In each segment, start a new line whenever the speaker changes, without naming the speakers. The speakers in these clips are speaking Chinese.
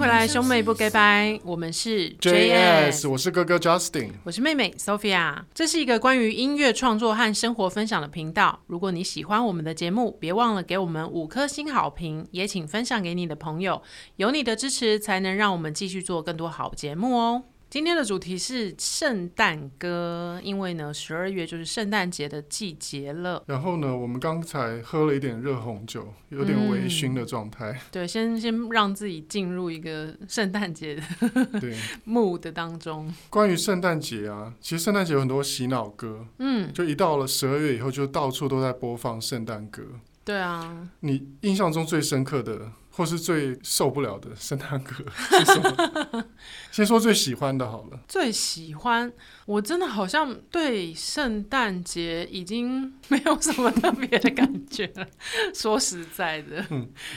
拜，兄妹不 g 拜，我们是
JS，我是哥哥 Justin。
我是妹妹 Sophia，这是一个关于音乐创作和生活分享的频道。如果你喜欢我们的节目，别忘了给我们五颗星好评，也请分享给你的朋友。有你的支持，才能让我们继续做更多好节目哦。今天的主题是圣诞歌，因为呢，十二月就是圣诞节的季节了。
然后呢，我们刚才喝了一点热红酒，有点微醺的 状态。
对，先先让自己进入一个圣诞节的
对，
mood 当中。
关于圣诞节啊，其实圣诞节有很多洗脑歌，
嗯，
就一到了十二月以后，就到处都在播放圣诞歌。
对啊，
你印象中最深刻的，或是最受不了的圣诞歌 是什么？先说最喜欢的好了。
最喜欢，我真的好像对圣诞节已经没有什么特别的感觉了。说实在的，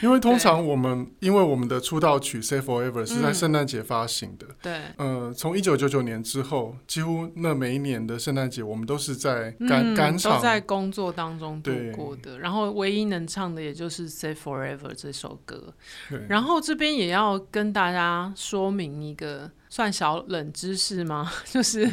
因为通常我们，因为我们的出道曲《Say Forever》是在圣诞节发行的，
对，
呃，从一九九九年之后，几乎那每一年的圣诞节，我们都是在赶
嗯
赶场
都在工作当中度
对
过的，然后唯一能唱的也就是《Say Forever》这首歌。
对，
然后这边也要跟大家说明一个算小冷知识吗？ 就是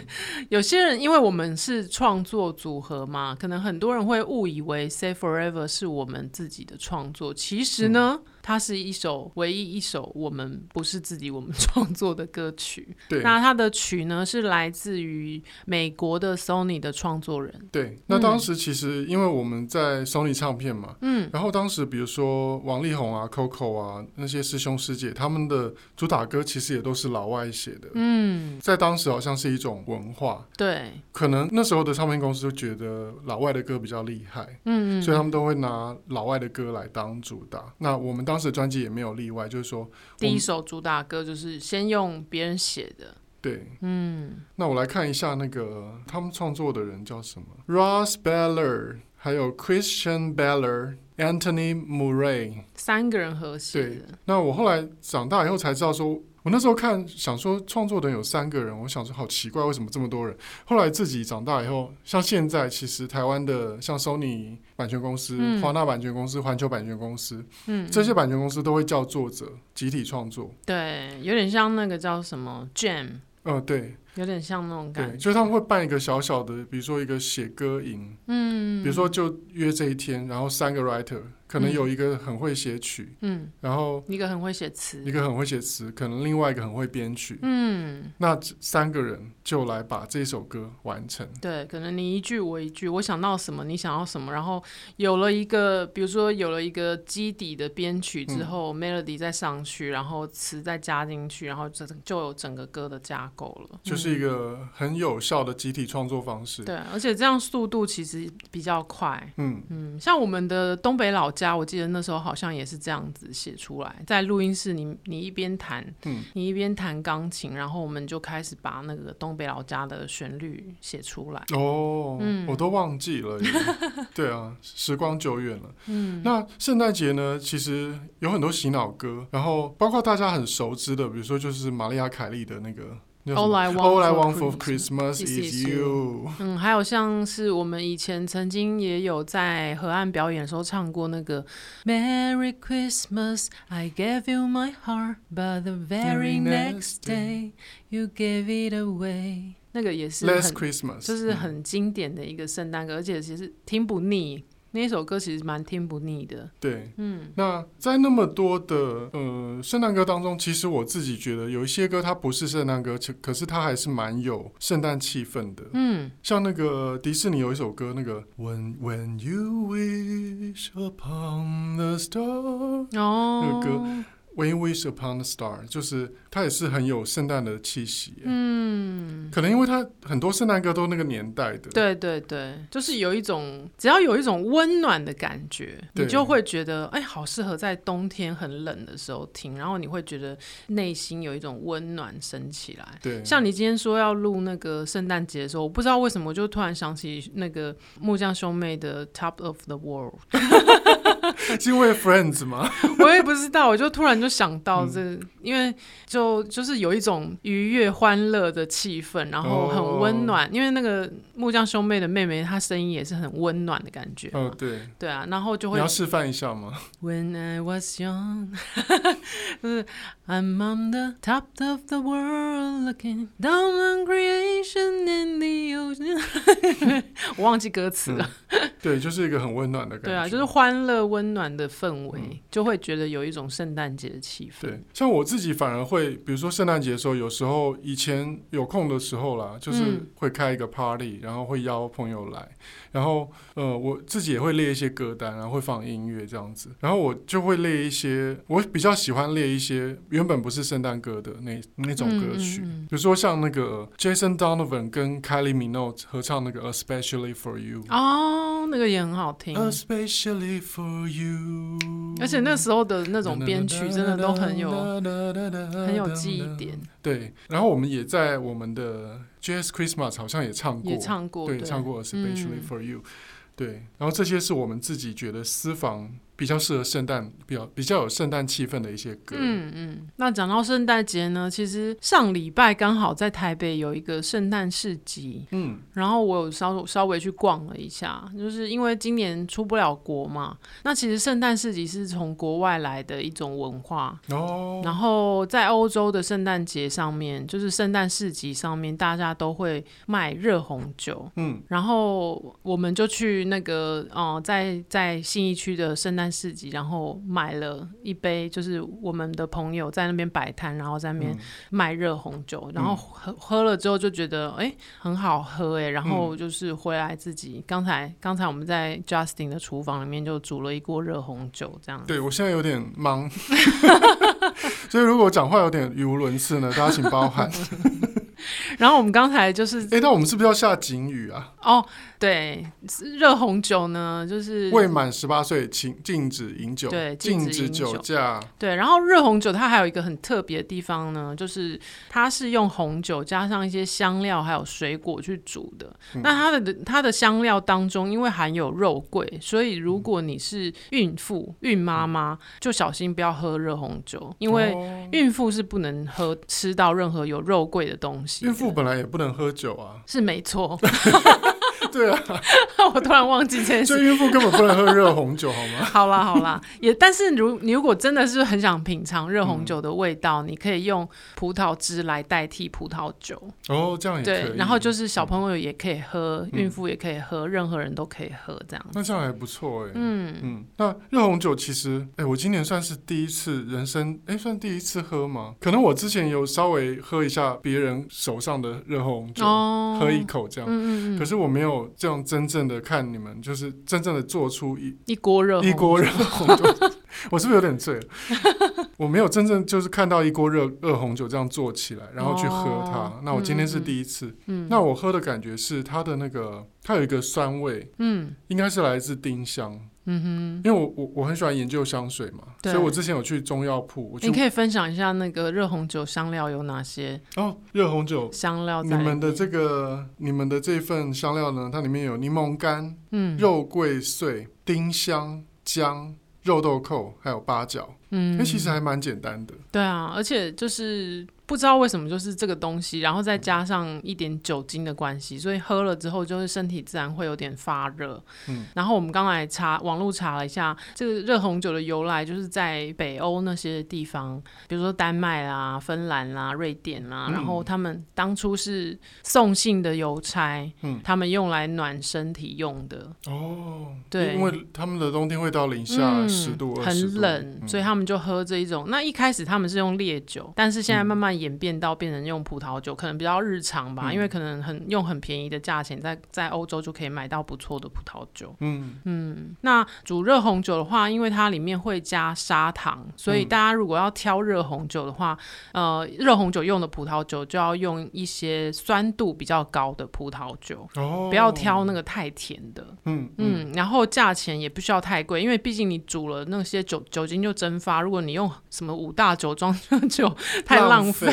有些人因为我们是创作组合嘛，可能很多人会误以为《Say Forever》是我们自己的创作，其实呢，
嗯
它是一首唯一一首我们不是自己我们 创作的歌曲。
对
那它的曲呢是来自于美国的 Sony 的创作人，
对。那当时其实因为我们在 Sony 唱片嘛，
嗯，
然后当时比如说王力宏啊、Coco 啊那些师兄师姐，他们的主打歌其实也都是老外写的，
嗯，
在当时好像是一种文化，
对，
可能那时候的唱片公司就觉得老外的歌比较厉害。
嗯嗯，
所以他们都会拿老外的歌来当主打。那我们当时的专辑也没有例外，就是说，
第一首主打歌就是先用别人写的，
对，
嗯。
那我来看一下那个他们创作的人叫什么，Ross Beller，还有 Christian Beller。Anthony Murray，
三个人合写的，
那我后来长大以后才知道说我那时候看想说创作的人有三个人，我想说好奇怪，为什么这么多人？后来自己长大以后，像现在其实台湾的像 Sony 版权公司、
嗯
华纳版权公司、环球版权公司，
嗯，
这些版权公司都会叫作者集体创作。
对，有点像那个叫什么 Jam，
呃，对
有点像那种
对，
感觉，
就是他们会办一个小小的，比如说一个写歌营，
嗯，
比如说，就约这一天，然后三个 writer，可能有一个很会写曲，
嗯，
然后
一个很会写词
一，个很会写词，可能另外一个很会编曲，
嗯，
那这三个人就来把这首歌完成。
对，可能你一句我一句，我想到什么你想要什么，然后有了一个，比如说有了一个基底的编曲
嗯
之后、m e l o d y 再上去，然后词再加进去，然后这就有整个歌的架构了，
就是一
嗯
个很有效的集体创作方式。
对，而且这样速度其实比较快，
嗯，
嗯，像我们的东北老家，我记得那时候好像也是这样子写出来，在录音室你你一边弹，
嗯
你一边弹钢琴，然后我们就开始把那个东北老家的旋律写出来。
哦，
嗯
我都忘记 了耶。对啊，时光久远了。
嗯，
那圣诞节呢，其实有很多洗脑歌，然后包括大家很熟知的，比如说就是玛丽亚凯莉的那个那叫什
All
么
I Want
All I
for
Want for
Christmas
Christmas
is
is You。
嗯，还有像是我们以前曾经也有在河岸表演的时候唱过那个 Merry Christmas, I gave you my heart, but the very
Very
next
next
day you gave it away。那个也是很
Last Christmas，
就是
嗯
很经典的一个圣诞歌，而且其实听不腻。那一首歌其实蛮听不腻的，
对。
嗯
那在那么多的呃圣诞歌当中，其实我自己觉得有一些歌它不是圣诞歌，其可是它还是蛮有圣诞气氛的。
嗯，
像那个迪士尼有一首歌，那个 When When You Wish Upon the Star，
哦，
那个歌，When 呃 You Wish Upon a Star，就是它也是很有圣诞的气息。
嗯，
可能因为它很多圣诞歌都那个年代的，，
对对对，就是有一种只要有一种温暖的感觉，你
对
就会觉得哎，好适合在冬天很冷的时候听，然后你会觉得内心有一种温暖升起来。
对，
像你今天说要录那个圣诞节的时候，我不知道为什么我就突然想起那个木匠兄妹的《Top of the World》
是因为 Friends 吗？
我也不知道，我就突然就想到
嗯
这，因为就就是有一种愉悦欢乐的气氛，然后很温暖，因为那个木匠兄妹的妹妹，她声音也是很温暖的感觉嘛。
哦，对，
对啊，然后就
你
会
要示范一下吗？
When I was young，就是 I'm on the top of the world looking down on creation in the ocean 。 我忘记歌词了。
对，就是一个很温暖嗯的感觉。
对啊，就是欢乐温暖的氛围，就会觉得有一种圣诞节的气氛。
对，像我自己反而会，比如说圣诞节的时候，有时候以前有空的时候啦，就是
嗯
会开一个 party，、然后会邀朋友来，然后呃，我自己也会列一些歌单，然后会放音乐这样子，然后我就会列一些，我比较喜欢列一些原本不是圣诞歌的那那种歌曲。
嗯嗯嗯
比如说像那个 Jason Donovan 跟 Kylie Minogue 合唱那个 Especially for You，、
哦，那个也很好
呃
听，
Especially for you，
而且那时候的那种编曲真的都 很有
很
很有记忆点。，
对，然后我们也在我们的 Jazz Christmas 好像也唱过，
也唱过，
对，唱过 Especially
嗯
for You、对，然后这些是我们自己觉得私房比较适合圣诞，比较比较有圣诞气氛的一些歌。
嗯嗯，那讲到圣诞节呢，其实上礼拜刚好在台北有一个圣诞市集，
嗯
然后我有稍稍微去逛了一下，就是因为今年出不了国嘛，那其实圣诞市集是从国外来的一种文化，
哦，
然后在欧洲的圣诞节上面，就是圣诞市集上面，大家都会卖热红酒。
嗯，
然后我们就去那个呃，在在信义区的圣诞市集，然后买了一杯，就是我们的朋友在那边摆摊，然后在那边
嗯
卖热红酒，然后喝喝了之后就觉得哎、诶很好喝哎、诶然后就是回来自己刚才刚才我们在 Justin 的厨房里面就煮了一锅热红酒这样。
对我现在有点忙， 所以如果讲话有点语无伦次呢，大家请 包涵。
然后我们刚才就是
哎，那我们是不是要下警语啊？
哦，对，是热红酒呢，就是
未满十八岁，请禁止饮酒，
对禁
禁
止
止
饮
酒
酒
驾。
对。然后热红酒它还有一个很特别的地方呢，就是它是用红酒加上一些香料还有水果去煮的。
嗯
那它的它的香料当中，因为含有肉桂，所以如果你是孕妇、孕妈妈，就小心不要喝热红酒，因为
嗯哦
孕妇是不能喝吃到任何有肉桂的东西的。，
孕妇本来也不能喝酒啊
是没错，
对啊，
我突然忘记这件事
所以孕妇根本不能喝热红酒，好 吗？
好啦好啦，也但是如你如果真的是很想品尝热
嗯
红酒的味道，你可以用葡萄汁来代替葡萄酒，
哦，这样也可
对
以。，嗯
然后就是是小朋友也可以喝，孕妇也可以喝，任何人都可以喝这样。
那这样还不错哎、
嗯，
嗯，那热红酒其实，哎、我今年算是第一次人生，哎、算第一次喝吗？可能我之前有稍微喝一下别人手上的热红酒，
哦，
喝一口这样。
嗯嗯
可
嗯，
是我没有这样真正的看你们，就是真正的做出一
一锅 热
一
红
锅热红酒，我是不是有点醉了？ 我没有真正就是看到一锅热热红酒这样做起来，然后去喝它。
哦
那我今天是第一次，
嗯
那我喝的感觉是它的那个，它有一个酸味，
嗯
应该是来自丁香，
嗯哼。
因为我我我很喜欢研究香水嘛，
对
所以我之前有去中药铺，我去
你可以分享一下那个热红酒香料有哪些
哦热红酒。
香料
你
在里面？
们的这个，你们的这份香料呢？它里面有柠檬干、
嗯
肉桂碎、丁香、姜、肉豆蔻，还有八角。
嗯
那、其实还蛮简单的。
对啊，而且就是不知道为什么，就是这个东西，然后再加上一点酒精的关系，所以喝了之后就是身体自然会有点发热。
嗯，
然后我们刚才查网络查了一下，这个热红酒的由来就是在北欧那些地方，比如说丹麦啦、芬兰啦、瑞典啦，
嗯
然后他们当初是送信的邮差，
嗯
他们用来暖身体用的。
哦，
对
因为他们的冬天会到零下
嗯，
十度、二十、
很
度，
冷，
嗯
所以他们就喝这一种。那一开始他们是用烈酒，但是现在慢慢演变到变成用葡萄酒，可能比较日常吧，
嗯
因为可能很用很便宜的价钱在在欧洲就可以买到不错的葡萄酒。
嗯，
嗯，那煮热红酒的话，因为它里面会加砂糖，所以大家如果要挑热红酒的话，呃，热红酒用的葡萄酒就要用一些酸度比较高的葡萄酒。
哦，
不要挑那个太甜的，
嗯嗯
嗯，然后价钱也不需要太贵，因为毕竟你煮了那些酒酒精就蒸发，如果你用什么五大酒庄就太
浪
浪费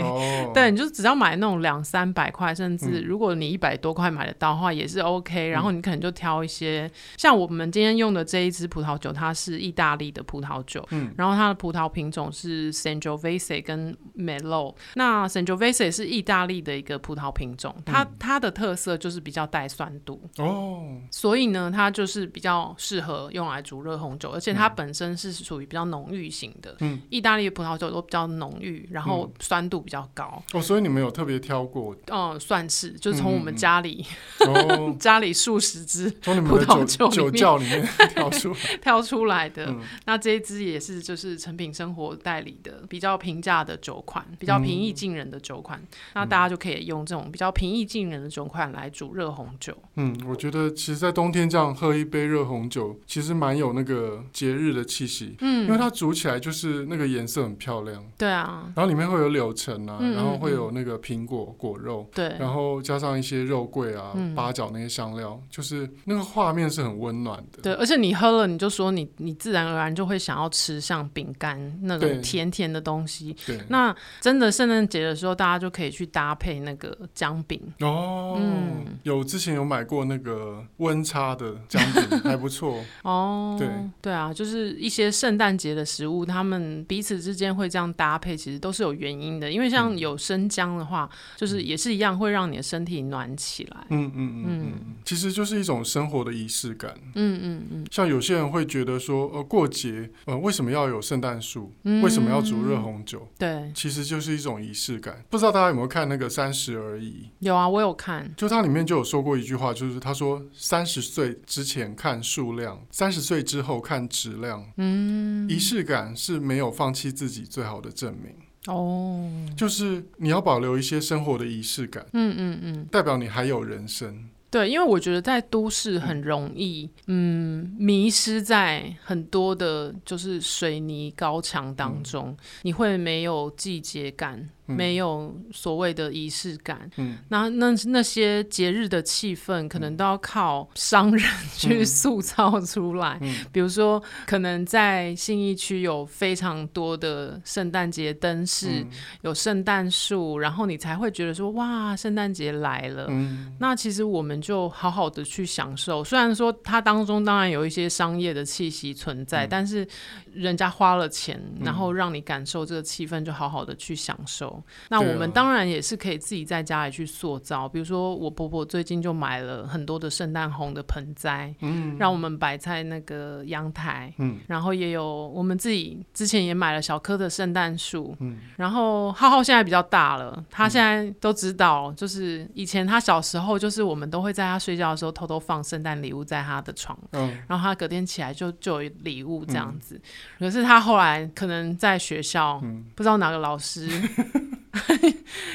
哦， 嗯
对，你就只要买那种两三百块，甚至如果你一百多块买得到的话，也是 OK。然后你可能就挑一些，像我们今天用的这一支葡萄酒，它是意大利的葡萄酒，
嗯
然后它的葡萄品种是 Sangiovese 跟 Merlot。那 Sangiovese 是意大利的一个葡萄品种，它、
嗯
它的特色就是比较带酸度，
哦，
所以呢，它就是比较适合用来煮热红酒，而且它本身是属于比较浓郁型的。
嗯，
意大利的葡萄酒都比较浓郁，然后酸度比较高。
哦，所以你们有特别挑过
嗯，算是就是从我
嗯嗯
们
嗯
家里、
哦，
家里数十 支
从你们的
葡萄
酒
酒里
酒
面
窖里面挑出 来，
挑出来的。
嗯
那这一支也是就是成品生活代理的比较平价的酒款，比较平
嗯
易近人的酒款。那大家就可以用这种比较平易近人的酒款来煮热红酒。
嗯，我觉得其实，在冬天这样喝一杯热红酒，其实蛮有那个节日的气息，因为
嗯，
它煮起来就是那个颜色很漂亮，
对啊，
然后里面会有柳橙啊，
嗯嗯
然后会有那个苹果果肉。
对，
然后加上一些肉桂啊、
嗯
八角那些香料，就是那个画面是很温暖的。
对，而且你喝了，你就说你你自然而然就会想要吃像饼干那
对
种甜甜的东西。
对，
那真的圣诞节的时候，大家就可以去搭配那个姜饼。
哦，
嗯
有之前有买过那个温差的姜 饼，还不错。
哦，
对
啊，就是一些圣诞节的食物，他们彼此之间会这样搭配，其实都是有原因的。因为像
嗯
有生姜的话，就是也是一样会让你的身体暖起来。
嗯嗯嗯嗯
嗯
嗯，其实就是一种生活的仪式感。
嗯嗯嗯
像有些人会觉得说，呃，过节，呃，为什么要有圣诞树？
嗯，
为什么要煮热？红酒？
对，
其实就是一种仪式感。不知道大家有没有看那个《三十而已
有啊，我有看》，。
就它里面就有说过一句话，就是他说，三十岁之前看数量，三十岁之后看质量。
嗯，
仪式感是没有放弃自己最好的证明，
哦，
就是你要保留一些生活的仪式感。
嗯嗯嗯。
代表你还有人生。
对，因为我觉得在都市很容易，嗯，迷失在很多的，就是水泥高墙当中，你会没有季节感，
嗯
没有所谓的仪式感。
嗯，
那那那些节日的气氛，可能都要靠商人 去塑造出来。
嗯
比如说，可能在信义区有非常多的圣诞节灯饰，
嗯
有圣诞树，然后你才会觉得说，哇，圣诞节来了。
嗯，
那其实我们就好好的去享受，虽然说它当中当然有一些商业的气息存在，
嗯
但是人家花了钱，然后让你感受这个气氛，就好好的去享受。那
对啊
我们当然也是可以自己在家里去塑造，比如说我婆婆最近就买了很多的圣诞红的盆栽，
嗯
让我们摆在那个阳台。
嗯
然后也有我们自己之前也买了小棵的圣诞树，
嗯
然后浩浩现在比较大了，他现在都知道，就是以前他小时候，就是我们都会在他睡觉的时候偷偷放圣诞礼物在他的床，
嗯
然后他隔天起来就就有礼物这样子。可是他后来可能在学校，
嗯
不知道哪个老师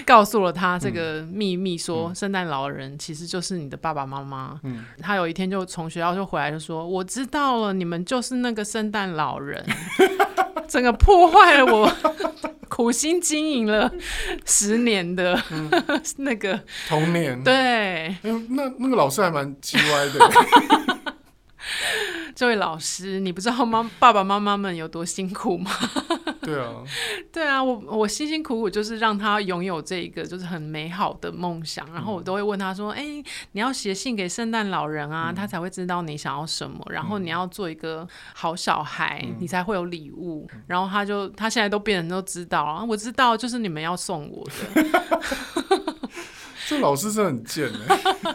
告诉了他这个秘密说，圣诞老人其实就是你的爸爸妈妈。
嗯
他有一天就从学校就回来就说：“我知道了，你们就是那个圣诞老人。” 整个破坏了我 苦心经营了十年的
嗯
那个
童年。
对
哎呦，那那个老师还蛮叽歪 的。
这位老师，你不知道妈爸爸妈妈们有多辛苦吗？
对啊，
对啊，我我辛辛苦苦就是让他拥有这一个就是很美好的梦想，然后我都会问他说：“哎、你要写信给圣诞老人啊，他才会知道你想要什么。然后你要做一个好小孩，你才会有礼物。”然后他就他现在都变成都知道啊，我知道就是你们要送我 的。
这老师真的很贱哎、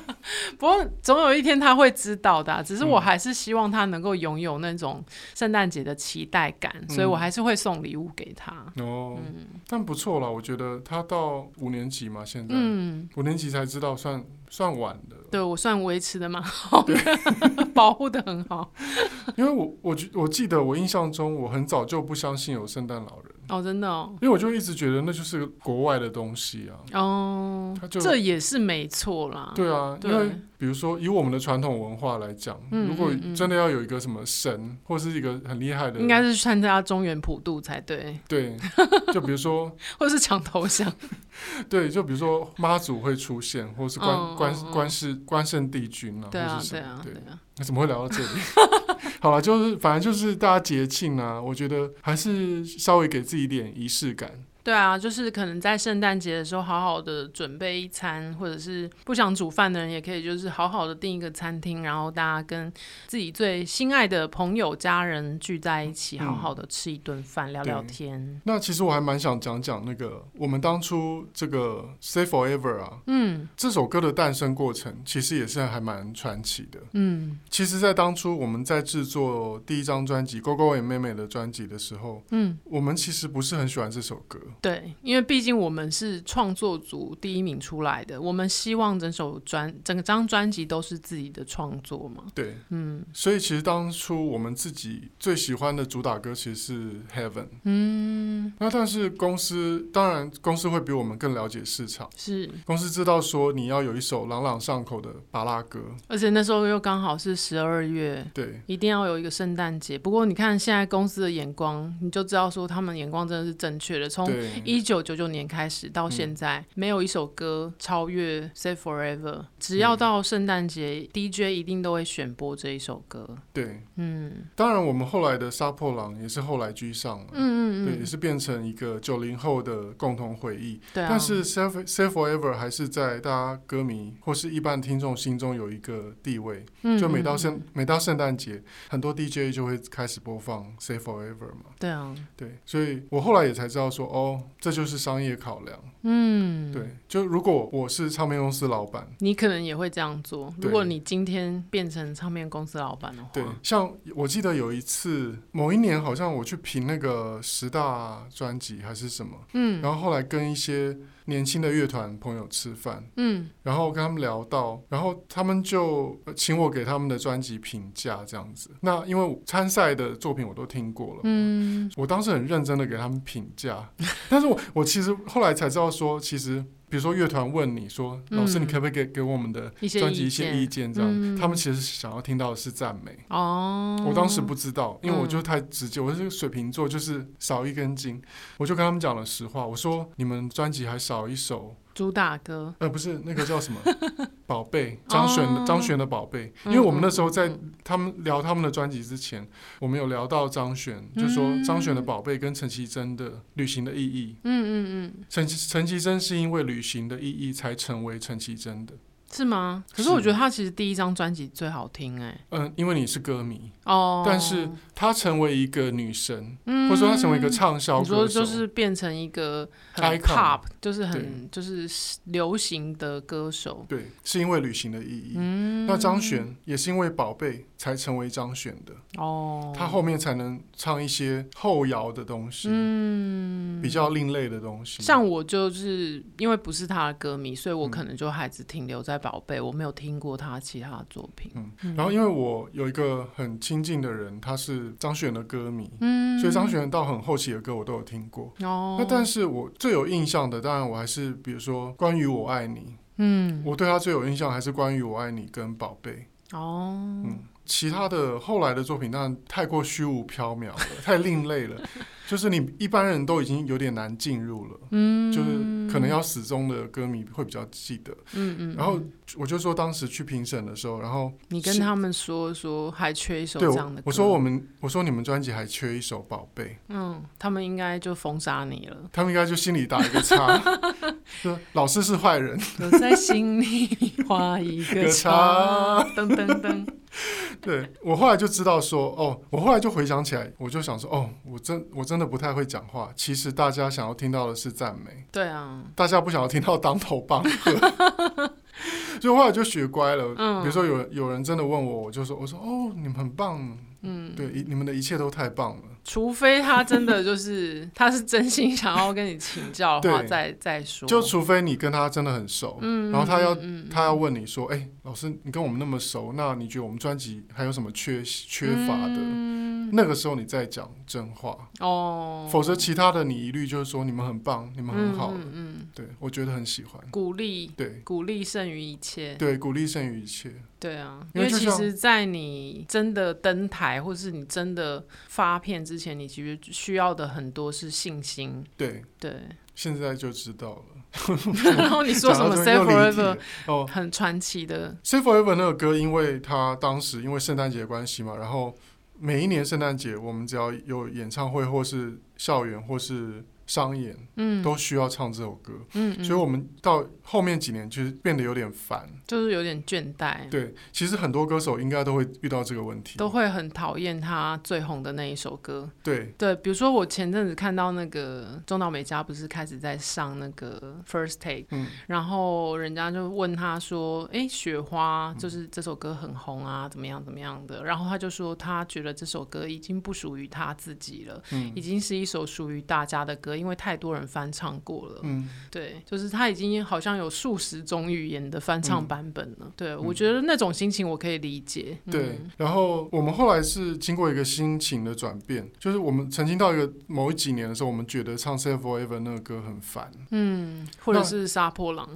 不过总有一天他会知道的啊、只是我还是希望他能够拥有那种圣诞节的期待感，所以我还是会送礼物给他。
哦，
嗯
但不错啦，我觉得他到五年级嘛，现在、
嗯
五年级才知道算算晚的，
对我算维持的蛮好的， 保护的很好。
因为我我觉我记得我印象中我很早就不相信有圣诞老人，
哦，真的哦，
因为我就一直觉得那就是国外的东西啊。
哦
他，就
这也是没错啦。
对啊，因
哦对
为比如说以我们的传统文化来讲，
嗯
如果
嗯嗯
真的要有一个什么神或是一个很厉害的，
应该是参加中原普渡才对，
对，就比如说
或是抢头像。
对，就比如说妈祖会出现，或是关、
嗯嗯
关
嗯
关是关圣帝君啊，
对啊
或是，
对
什么
啊，
对
对，啊。
那怎么会聊到这里？ 好了，就是反正就是大家节庆啊，我觉得还是稍微给自己一点仪式感。
对啊，就是可能在圣诞节的时候好好的准备一餐，或者是不想煮饭的人也可以，就是好好的订一个餐厅，然后大家跟自己最心爱的朋友、家人聚在一起，
嗯
好好的吃一顿饭，聊聊天。
那其实我还蛮想讲讲那个我们当初这个《Say Forever》啊，
嗯
这首歌的诞生过程，其实也是还蛮传奇的。
嗯
其实，在当初我们在制作第一张专辑《勾勾也妹妹》的专辑的时候，
嗯，
我们其实不是很喜欢这首歌。
对，因为毕竟我们是创作组第一名出来的，我们希望整首专整张专辑都是自己的创作嘛。
对，
嗯
所以其实当初我们自己最喜欢的主打歌其实是《Heaven》。
嗯，
那但是公司当然公司会比我们更了解市场，
是，
公司知道说你要有一首朗朗上口的巴拉歌，
而且那时候又刚好是十二月，
对
一定要有一个圣诞节。不过你看现在公司的眼光，你就知道说他们眼光真的是正确的。从
对嗯
一九九九年开始到现在，没有一首歌超越《Say Forever》。只
嗯
要到圣诞节、d j 一定都会选播这一首歌。
对。
嗯
当然，我们后来的杀破狼也是后来居上了，
嗯
对，
嗯
也
嗯，
是变成一个九零后的共同回忆。
对啊。
但是 Save Save Forever 还是在大家歌迷或是一般听众心中有一个地位。
嗯
就每到
嗯
圣
嗯
每到圣诞节，很多 DJ 就会开始播放 Save Forever 嘛。
对啊，
对，所以我后来也才知道说，哦，这就是商业考量。
嗯，。
对，就如果我是唱片公司老板，
你可能也会这样做。
对
如果你今天变成唱片公司老板的话，
对，像我记得有一次，某一年好像我去评那个十大专辑还是什么，
嗯
然后后来跟一些年轻的乐团朋友吃饭，
嗯，
然后跟他们聊到，然后他们就呃请我给他们的专辑评价这样子。那因为参赛的作品我都听过了，
嗯，
我当时很认真的给他们评价，但是我我其实后来才知道说，其实比如说乐团问你说，
嗯
老师你可不可以给给我们的
一些
专辑一些
见
意见这样，
嗯
他们其实想要听到的是赞美。
哦，
我当时不知道，因为我
嗯
就太直接，我是水瓶座，就是少一根筋，我就跟他们讲了实话，我说你们专辑还少一首
主打歌，
呃，不是那个叫 什么宝贝，张悬
哦
的张悬的宝贝，因
嗯
为我们那时候在
嗯
他们聊他们的专辑之前，我们有聊到张悬，就说
嗯
张悬的宝贝跟陈绮贞的《旅行的意义
嗯嗯嗯》，，
陈陈绮贞是因为《旅行的意义》才成为陈绮贞的。
是吗？可是
是
我觉得他其实第一张专辑最好听哎、
嗯，因为你是歌迷，
哦，
但是她成为一个女神，
嗯
或者说她成为一个畅销
你说
歌手，
就是变成一个很
Icon
pop，就是很就是流行的歌手，
对，是因为《旅行的意义》
嗯，
那张悬也是因为《宝贝》才成为张悬的。
哦，
他后面才能唱一些后摇的东西，
嗯
比较另类的东西。
像我就是因为不是他的歌迷，所以我
嗯
可能就还只停留在宝贝，我没有听过他其他的作品，
嗯，然后因为我有一个很亲近的人，他是张悬的歌迷，
嗯，
所以张悬到很后期的歌我都有听过。
哦，
那但是我最有印象的，当然我还是比如说关于我爱你，
嗯
我对他最有印象还是关于我爱你跟宝贝。
哦
嗯，其他的后来的作品当然太过虚无缥缈了，太另类 了，就是你一般人都已经有点难进入了，
嗯，
就是可能要死忠的歌迷会比较记得。
嗯嗯，
然后
嗯
我就说当时去评审的时候，然后
你跟
是
他们说说还缺一首
对
这样的
我
歌，
我说我们我说你们专辑还缺一首《宝贝》，。
嗯，他们应该就封杀你了
他们应该就心里打一个 叉，说老师是坏人。
我在心里画一个叉，噔噔噔。
对我后来就知道说哦，我后来就回想起来，我就想说哦，我真我真的不太会讲话。其实大家想要听到的是赞美，
对啊，
大家不想要听到当头棒喝。 所以后来就学乖了，
嗯
比如说有人有人真的问我，我就说我说哦，你们很棒，
嗯，
对，一你们的一切都太棒了。
除非他真的就是他是真心想要跟你请教的话，
对
再再说。
就除非你跟他真的很熟，
嗯，
然后他要
嗯嗯
他要问你说，哎、老师，你跟我们那么熟，那你觉得我们专辑还有什么缺缺乏的？
嗯
那个时候你再讲真话，
哦，
否则其他的你一律就是说你们很棒，你们很好了
嗯嗯
对我觉得很喜欢，
嗯，鼓励
对
鼓励胜于一切。
对，鼓励胜于一切，
对啊，因
因
为
为就
其
像
实，在你真的登台，或是你真的发片之前，你其实需要的很多是信心。
对，
对，
现在就知道了。
然后你说什么
讲
“say
到这边又离题
forever”
了哦。
很传奇的，
Say Forever 那个歌，因为它当时因为圣诞节的关系嘛，然后每一年圣诞节我们只要有演唱会或是校园或是商演
嗯
都需要唱这首歌，
嗯嗯，
所以我们到后面几年其实变得有点烦。
就是有点倦怠，
对，其实很多歌手应该都会遇到这个问题。
都会很讨厌他最红的那一首歌。
对，
对，比如说我前阵子看到那个中岛美嘉不是开始在上那个 First Take，
嗯，
然后人家就问他说：“诶，雪花
嗯
就是这首歌很红啊，怎么样怎么样的？”然后他就说他觉得这首歌已经不属于他自己了，
嗯
已经是一首属于大家的歌，因为太多人翻唱过了。
嗯，
对，就是他已经好像有数十种语言的翻
嗯
唱版本了。对，我觉得那种心情我可以理解。
对
嗯，。
然后我们后来是经过一个心情的转变，就是我们曾经到一个某一几年的时候，我们觉得唱《Save Forever》那个歌很烦，
嗯，或者
那
是杀破狼，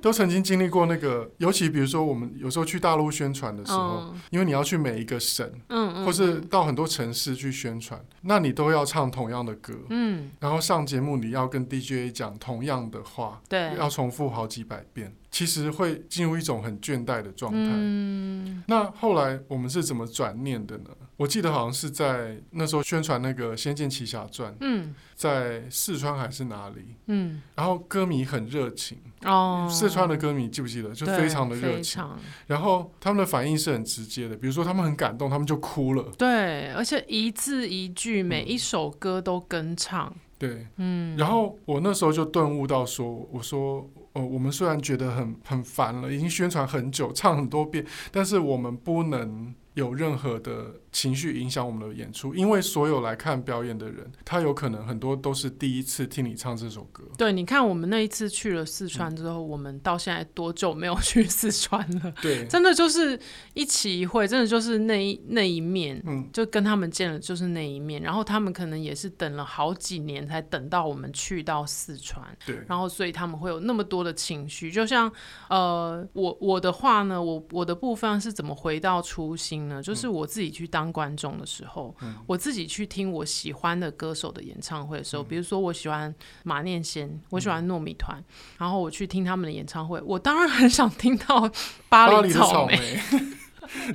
都曾经经历过那个，尤其比如说我们有时候去大陆宣传的时候，
嗯
因为你要去每一个省，
嗯嗯，
或是
嗯
到很多城市去宣传，那你都要唱同样的歌，
嗯，
然后上节目你要跟 DJ 讲同样的话，
对，
要重复好几百遍，其实会进入一种很倦怠的状态。
嗯
那后来我们是怎么转念的呢？我记得好像是在那时候宣传那个《仙剑奇侠传》，
嗯
在四川还是哪里，
嗯，
然后歌迷很热情，
哦，
四川的歌迷记不记得？就
对
非常的热
非
情，
常
然后他们的反应是很直接的，比如说他们很感动，他们就哭了。
对，而且一字一句，每一首歌都跟唱，
对，
嗯，
然后我那时候就顿悟到说，我说，呃，我们虽然觉得很很烦了，已经宣传很久，唱很多遍，但是我们不能有任何的情绪影响我们的演出，因为所有来看表演的人，他有可能很多都是第一次听你唱这首歌。
对，你看我们那一次去了四川之后，我们到现在多久没有去四川了？
对，
真的就是一期一会，真的就是那一那一面。
嗯，
就跟他们见了，就是那一面，然后他们可能也是等了好几年才等到我们去到四川，
对，
然后所以他们会有那么多的情绪。就像呃，我我的话呢，我我的部分是怎么回到初心
嗯
呢？就是我自己去当观众的时候，我自己去听我喜欢的歌手的演唱会的
嗯
时候，比如说我喜欢马念先，我喜欢糯米团，然后我去听他们的演唱会，我当然很想听到巴
黎
黎
的
草
草
莓，
莓，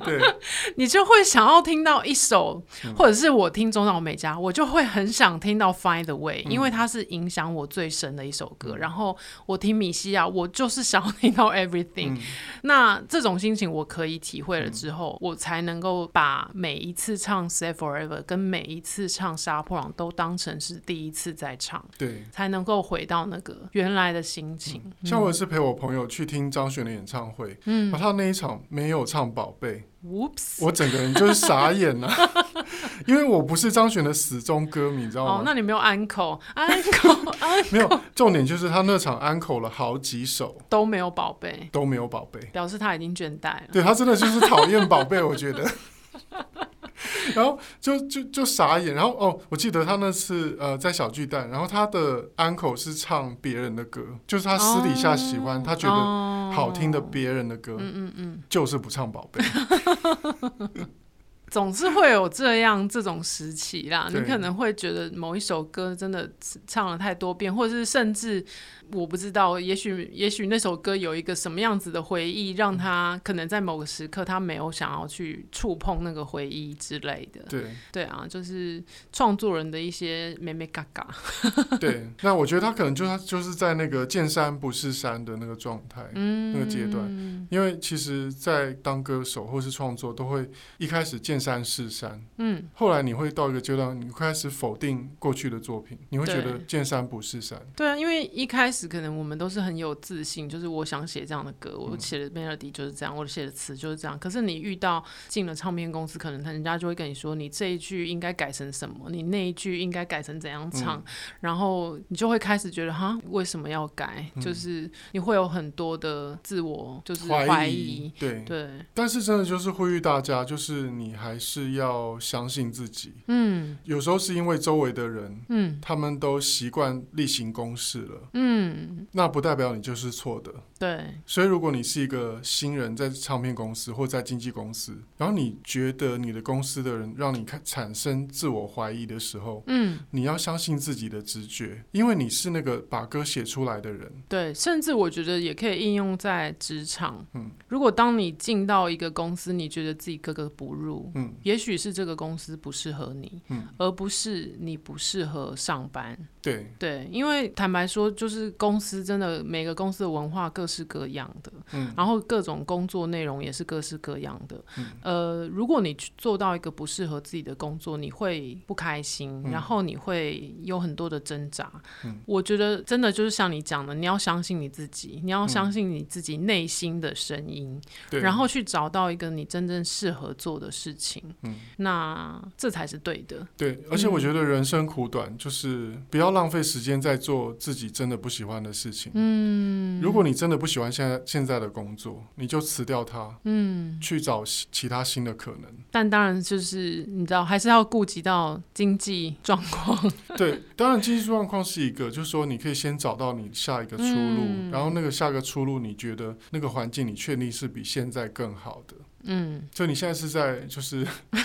对，
你就会想要听到一首，或者是我听中岛美嘉，我就会很想听到《Find the Way》，因为它是影响我最深的一首歌。然后我听米西亚，我就是想要听到 Everything、
嗯
那这种心情我可以体会了之后，我才能够把每一次唱《Say Forever》跟每一次唱《杀破狼》都当成是第一次在唱，
对。
才能够回到那个原来的心情。
像我也是陪我朋友去听张悬的演唱会，嗯，他那一场没有唱《宝贝》，
Whoops！
我整个人就是傻眼了、啊 因为我不是张悬的死忠歌迷，你知道
哦，
吗？
那你没有 uncle uncle uncle
没有，重点就是他那场安口了好几首
都没有宝贝。
都没有宝贝，
表示他已经倦怠 了。
对他真的就是讨厌宝贝，我觉得。 然后就就就傻眼，然后哦，我记得他那次呃在小巨蛋，然后他的安口是唱别人的歌，就是他私底下喜欢，他觉得
得
好听的别人的歌，
嗯嗯嗯，
就是不唱宝贝。
总是会有这样这种时期啦。你
对
可能会觉得某一首歌真的唱了太多遍，或者是甚至我不知道，也许也许那首歌有一个什么样子的回忆，让他可能在某个时刻他没有想要去触碰那个回忆之类的。
对，
对啊，就是创作人的一些美美嘎嘎。
对，那我觉得他可能就是他就是在那个见山不是山的那个状态，
嗯，
那个阶段因为其实，在当歌手或是创作，都会一开始见山是山，
嗯，
后来你会到一个阶段，你开始否定过去的作品，你会觉得
对
见山不是山，
对啊，因为一开始可能我们都是很有自信，就是我想写这样的歌，我
嗯
写的 melody 就是这样，我写的词就是这样。可是你遇到进了唱片公司，可能他人家就会跟你说，你这一句应该改成什么，你那一句应该改成怎样唱，然后你就会开始觉得哈，为什么要改？
嗯
就是你会有很多的自我就是怀
怀
疑。
对。
对，
但是真的就是呼吁大家，就是你还是要相信自己。
嗯
有时候是因为周围的人，
嗯
他们都习惯例行公事了，
嗯，
那不代表你就是错的。
对，
所以，如果你是一个新人，在唱片公司或在经纪公司，然后你觉得你的公司的人让你看产生自我怀疑的时候，
嗯
你要相信自己的直觉，因为你是那个把歌写出来的人。
对，甚至我觉得也可以应用在职场。
嗯
如果当你进到一个公司，你觉得自己格格不入，
嗯，
也许是这个公司不适合你，
嗯
而不是你不适合上班。
对，
对，因为坦白说，就是公司真的每个公司的文化各式各样的，
嗯
然后各种工作内容也是各式各样的。
嗯
呃，如果你去做到一个不适合自己的工作，你会不开心，
嗯
然后你会有很多的挣扎。
嗯
我觉得真的就是像你讲的，你要相信你自己，你要
嗯
相信你自己内心的声音，
对，
然后去找到一个你真正适合做的事情，
嗯
那这才是对的。
对，而且
嗯
我觉得人生苦短，就是不要浪费时间在做自己真的不喜欢的事情。
嗯，
如果你真的不喜欢现在现在的工作，你就辞掉它，
嗯。
去找其其他新的可能。
但当然就是你知道，还是要顾及到经济状况。
对，当然经济状况是一个，就是说你可以先找到你下一个出路，
嗯
然后那个下个出路，你觉得那个环境你确定是比现在更好的。
嗯，
就你现在是在就是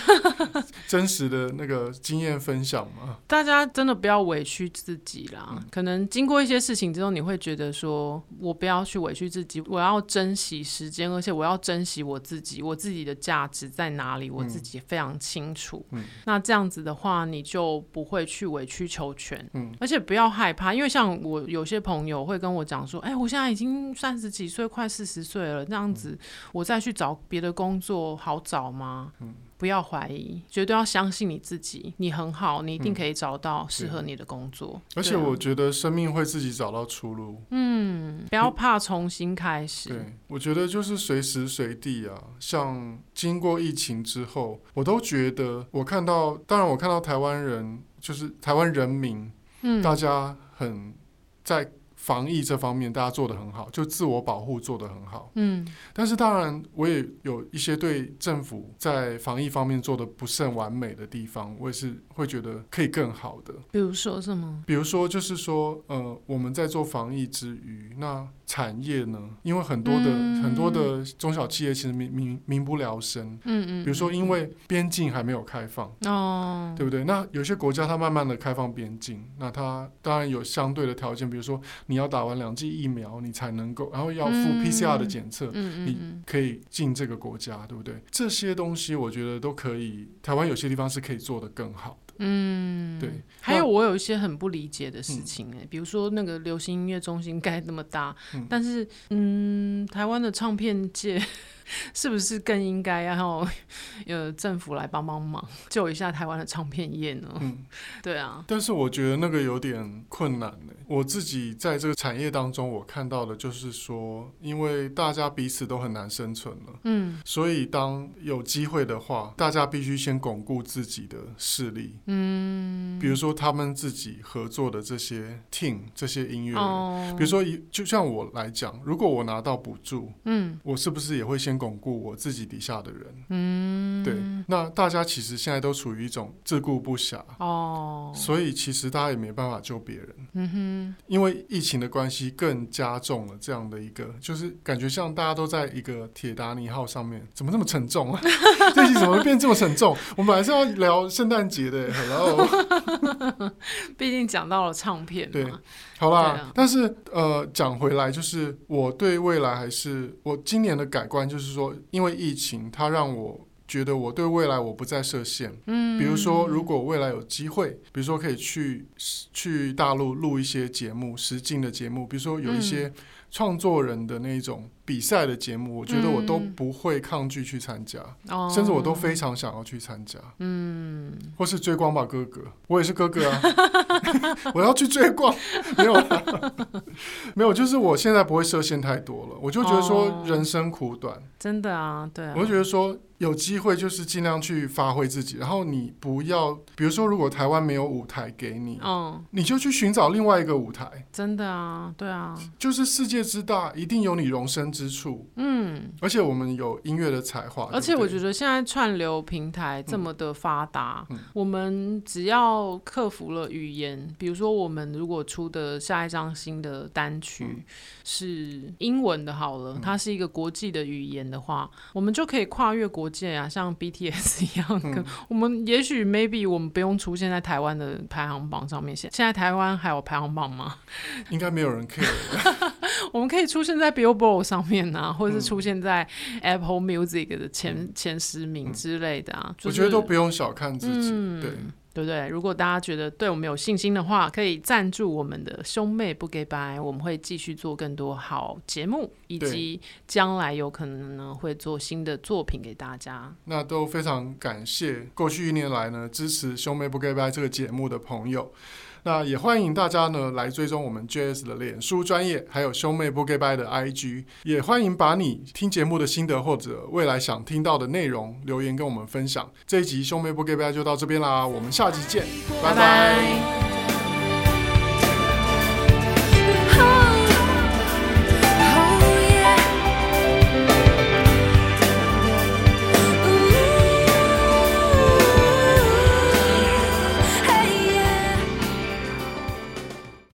真实的那个经验分享吗？
大家真的不要委屈自己啦。
嗯
可能经过一些事情之后，你会觉得说，我不要去委屈自己，我要珍惜时间，而且我要珍惜我自己，我自己的价值在哪里，我自己非常清楚。
嗯
那这样子的话，你就不会去委曲求全。
嗯
而且不要害怕，因为像我有些朋友会跟我讲说，哎、我现在已经三十几岁，快四十岁了，这样子我再去找别的工作好找吗？
嗯
不要怀疑，绝对要相信你自己，你很好，你一定
嗯
可以找到适合你的工作。
而且
对啊
我觉得生命会自己找到出路。
嗯，不要怕重新开始。
对，我觉得就是随时随地啊，像经过疫情之后，我都觉得我看到，当然我看到台湾人，就是台湾人民，
嗯，
大家很在防疫这方面，大家做得很好，就自我保护做得很好。
嗯
但是当然，我也有一些对政府在防疫方面做的不甚完美的地方，我也是会觉得可以更好的。
比如说什么？
比如说，就是说，呃，我们在做防疫之余，那产业呢？因为很多的、
嗯
很多的中小企业其实民民民不聊生。
嗯嗯，
比如说，因为边境还没有开放，
哦，
对不对？那有些国家它慢慢的开放边境，那它当然有相对的条件，比如说你要打完两剂疫苗，你才能够，然后要付
嗯
PCR 的检测，
嗯嗯嗯，
可以进这个国家，对不对？这些东西我觉得都可以，台湾有些地方是可以做得更好的。
嗯，
对。
还
那
有我有一些很不理解的事情哎、比如说那个流行音乐中心盖那么大，
嗯
但是嗯，台湾的唱片界 是不是更应该要呃政府来帮帮忙， 救一下台湾的唱片业呢？
嗯，
对啊，
但是我觉得那个有点困难呢、我自己在这个产业当中，我看到的就是说，因为大家彼此都很难生存了。
嗯
所以，当有机会的话，大家必须先巩固自己的势力。
嗯，
比如说，他们自己合作的这些 team、这些音乐人，
哦，
比如说以，就像我来讲，如果我拿到补助，
嗯
我是不是也会先巩固我自己底下的人？
嗯，
对，那大家其实现在都处于一种自顾不暇，
哦，
所以其实大家也没办法救别人，
嗯
因为疫情的关系更加重了这样的一个，就是感觉像大家都在一个铁达尼号上面，怎么这么沉重啊？ 这集怎么会变这么沉重？我们还是要聊圣诞节的，Hello，
哼，毕竟讲到了唱片
对
嘛，
好啦。
对啊
但是呃，讲回来，就是我对未来还是我今年的改观，就是说，因为疫情，它让我觉得我对未来我不再设限。
嗯，
比如说，如果未来有机会，比如说可以去去大陆录一些节目，实境的节目，比如说有一些
嗯
创作人的那种比赛的节目，我觉得我都
嗯
不会抗拒去参加，
哦
甚至我都非常想要去参加，
嗯。
或是追光吧哥哥，我也是哥哥啊， 我要去追光，没有啦， 没有，就是我现在不会设限太多了，我就觉得
哦
说人生苦短，
真的啊，对啊，
我就觉得说，有机会就是尽量去发挥自己，然后你不要，比如说，如果台湾没有舞台给你，
嗯，
你就去寻找另外一个舞台。
真的啊，对啊，
就是世界之大，一定有你容身之处。
嗯，
而且我们有音乐的才华，
而且我觉
得，
得现在串流平台这么的发达，
嗯
我们只要克服了语言，比如说我们如果出的下一张新的单曲
嗯
是英文的，好了，
嗯
它是一个国际的语言的话，我们就可以跨越国界啊，像 BTS 一样跟
嗯
我们也许 maybe 我们不用出现在台湾的排行榜上面。现现在台湾还有排行榜吗？
应该没有人 care。
我们可以出现在 Billboard 上面
嗯
啊，或者是出现在 Apple Music 的前、前十名之类的啊。就是、嗯
嗯我觉得都不用小看自己，对。
对不对？如果大家觉得对我们有信心的话，可以赞助我们的兄妹不给白，我们会继续做更多好节目，以及将来有可能呢会做新的作品给大家。
那都非常感谢过去一年来呢支持兄妹不给白这个节目的朋友。那也欢迎大家呢来追踪我们 JS 的脸书专业，还有兄妹不 g 拜的 IG，也欢迎把你听节目的心得或者未来想听到的内容留言跟我们分享。这一集兄妹不 g 拜就到这边啦，我们下集见，
拜
拜。
拜